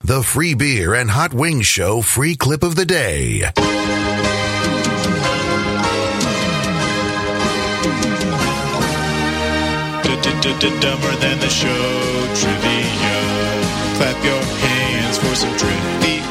The Free Beer and Hot Wings Show free clip of the day. Dumber than the show trivia. Clap your hands for some trivia.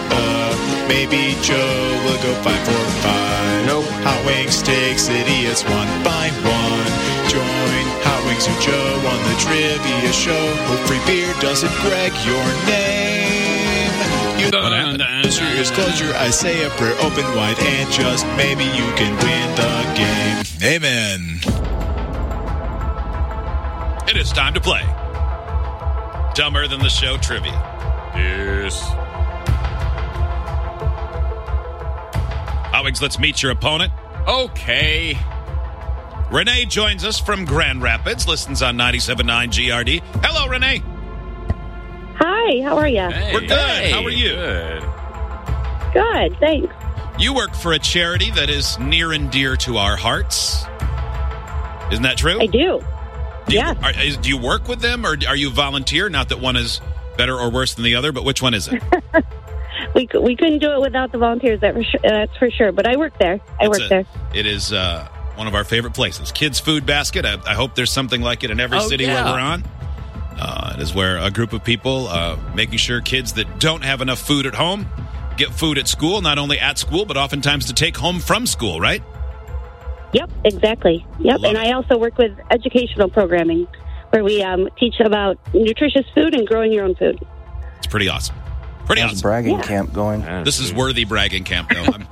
Maybe Joe will go five for five. Nope. Hot Wings takes idiots one by one. Join Hot Wings and Joe on the trivia show. Hope free beer doesn't Greg your name. You don't happened? answer is close your eyes, say a prayer, open wide, and just maybe you can win the game. Amen. It is time to play. Dumber than the show trivia. Yes. Howings, let's meet your opponent. Okay. Renee joins us from Grand Rapids, listens on 97.9 GRD. Hello, Renee. Hi, how are you? Hey. We're good. How are you? Good. Good, thanks. You work for a charity that is near and dear to our hearts. Isn't that true? I do. Do you, yes. are, is, do you work with them or are you volunteer? Not that one is better or worse than the other, but which one is it? We, cou- we couldn't do it without the volunteers, that for sure, that's for sure. But I work there. I It's work a- there. It is uh, one of our favorite places. Kids Food Basket. I, I hope there's something like it in every Oh, city yeah. where we're on. Uh, it is where a group of people uh, making sure kids that don't have enough food at home get food at school, not only at school, but oftentimes to take home from school, right? Yep, exactly. Yep. Love and it. I also work with educational programming where we um, teach about nutritious food and growing your own food. It's pretty awesome. Pretty How's the awesome. bragging Yeah. camp going? This is worthy bragging camp, though. I'm,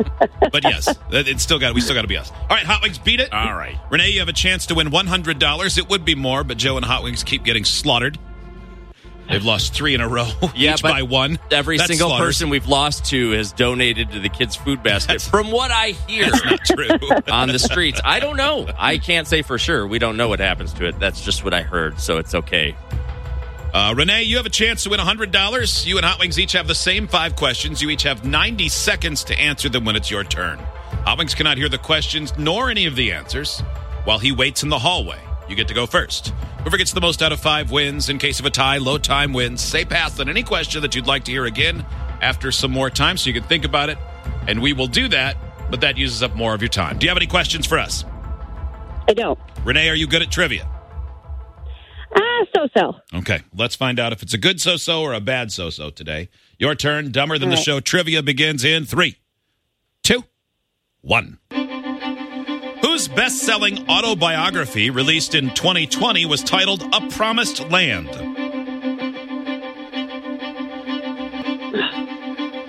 but yes, it- it's still got. We still got to be us. All right, Hot Wings, beat it. All right. Renee, you have a chance to win one hundred dollars. It would be more, but Joe and Hot Wings keep getting slaughtered. They've lost three in a row, Yeah, each but by one. Every That's single slaughter. person we've lost to has donated to the kids' food basket. That's- from what I hear That's not true. on the streets, I don't know. I can't say for sure. We don't know what happens to it. That's just what I heard, so it's okay. Uh, Renee, you have a chance to win $100. You and Hot Wings each have the same five questions. You each have 90 seconds to answer them when it's your turn. Hot Wings cannot hear the questions nor any of the answers while he waits in the hallway. You get to go first. Whoever gets the most out of five wins. In case of a tie, low time wins. Say pass on any question that you'd like to hear again after some more time so you can think about it. And we will do that, but that uses up more of your time. Do you have any questions for us? I don't. Renee, are you good at trivia? Ah, so so. Okay, let's find out if it's a good so so or a bad so so today. Your turn, dumber than the All right. show. Trivia begins in three, two, one. Whose best selling autobiography released in 2020 was titled A Promised Land?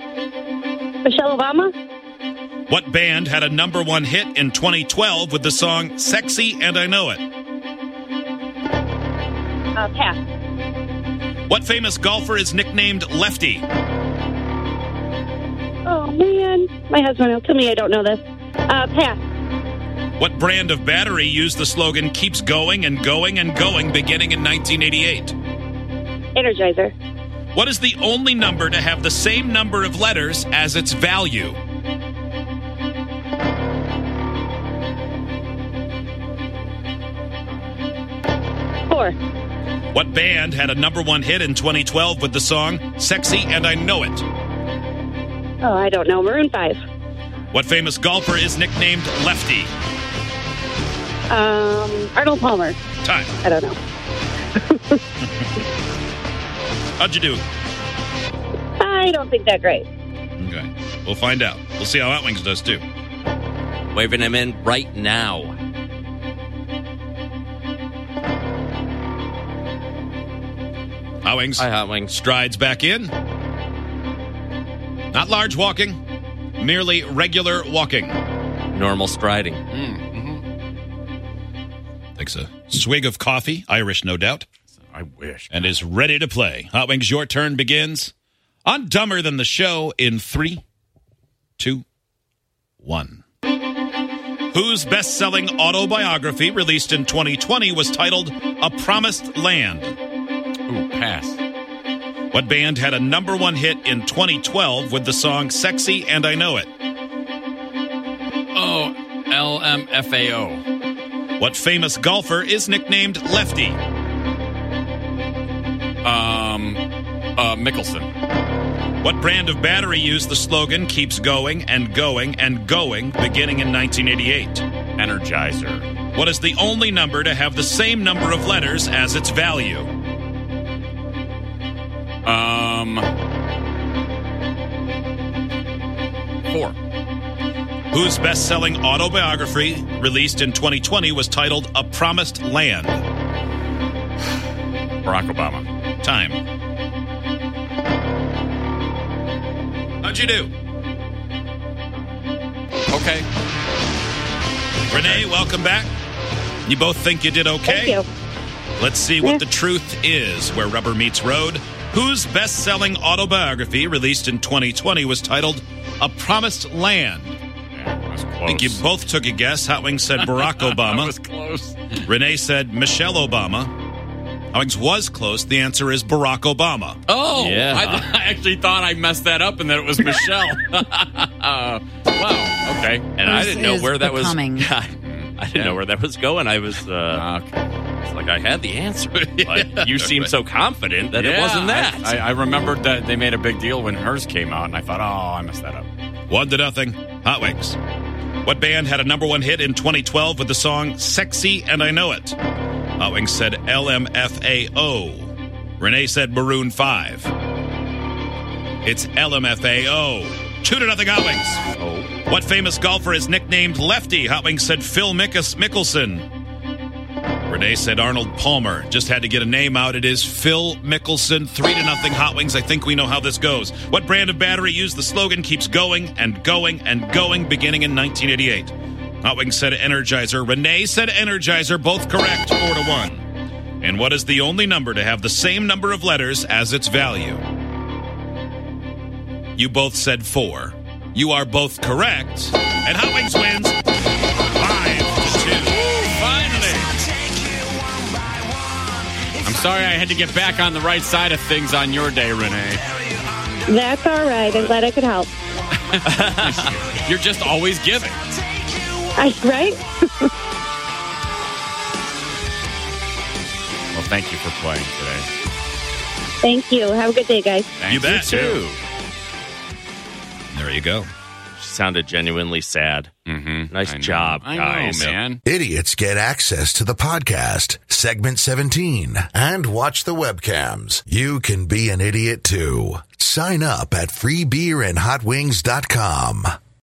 Michelle Obama? What band had a number one hit in 2012 with the song Sexy and I Know It? Uh, pass. What famous golfer is nicknamed Lefty? Oh, man. My husband will tell me I don't know this. Uh, pass. What brand of battery used the slogan Keeps Going and Going and Going beginning in 1988? Energizer. What is the only number to have the same number of letters as its value? Four. What band had a number one hit in 2012 with the song Sexy and I Know It? Oh, I don't know. Maroon 5. What famous golfer is nicknamed Lefty? Um, Arnold Palmer. Time. I don't know. How'd you do? I don't think that great. Okay. We'll find out. We'll see how Hot Wings does too. Waving him in right now. Hot Wings Hi, Hot Wings. strides back in. Not large walking, merely regular walking. Normal striding. Takes a swig of coffee, Irish no doubt. I wish. and is ready to play. Hot Wings, your turn begins on Dumber Than the Show in three, two, one. Whose best selling autobiography released in 2020 was titled A Promised Land? Ooh, pass. What band had a number one hit in 2012 with the song Sexy and I Know It? Oh, LMFAO. What famous golfer is nicknamed Lefty? Um, uh, Mickelson. What brand of battery used the slogan keeps going and going and going beginning in 1988? Energizer. What is the only number to have the same number of letters as its value? Um. Four. Whose best selling autobiography, released in 2020, was titled A Promised Land? Barack Obama. Time. How'd you do? Okay. Renee, welcome back. You both think you did okay? Thank you. Let's see what Yeah. the truth is where rubber meets road. Whose best selling autobiography, released in 2020, was titled A Promised Land? Yeah, that was close. I think you both took a guess. Hot Wings said Barack That Obama. was close. Renee said Michelle Obama. Hot Wings was close. The answer is Barack Obama. Oh, Yeah. I, th- I actually thought I messed that up and that it was Michelle. uh, wow. Okay. And I This didn't know is where that becoming. was. I didn't know where that was going. I was uh, Ah, Okay. it's like, I had the answer. But you seemed so confident that it Yeah, wasn't that. I, I, I remembered that they made a big deal when hers came out, and I thought, oh, I messed that up. One to nothing. Hot Wings. What band had a number one hit in 2012 with the song Sexy and I Know It? Hot Wings said LMFAO. Renee said Maroon 5. It's LMFAO. Two to nothing, Hot Wings. Oh. What famous golfer is nicknamed Lefty? Hot Wings said Phil Mickus Mickelson. Renee said Arnold Palmer. Just had to get a name out. It is Phil Mickelson. Three to nothing, Hot Wings. I think we know how this goes. What brand of battery used the slogan keeps going and going and going beginning in 1988? Hot Wings said Energizer. Renee said Energizer. Both correct. Four to one. And what is the only number to have the same number of letters as its value? You both said four. You are both correct. And Hot Wings wins five to two. Finally. I'm sorry I had to get back on the right side of things on your day, Renee. That's all right. I'm glad I could help. You're just always giving. I, right? Well, thank you for playing today. Thank you. Have a good day, guys. Thank You bet. too. There you go. She sounded genuinely sad. Mm-hmm. Nice job, I guys. know, man. Idiots get access to the podcast, segment 17, and watch the webcams. You can be an idiot too. Sign up at freebeerandhotwings.com.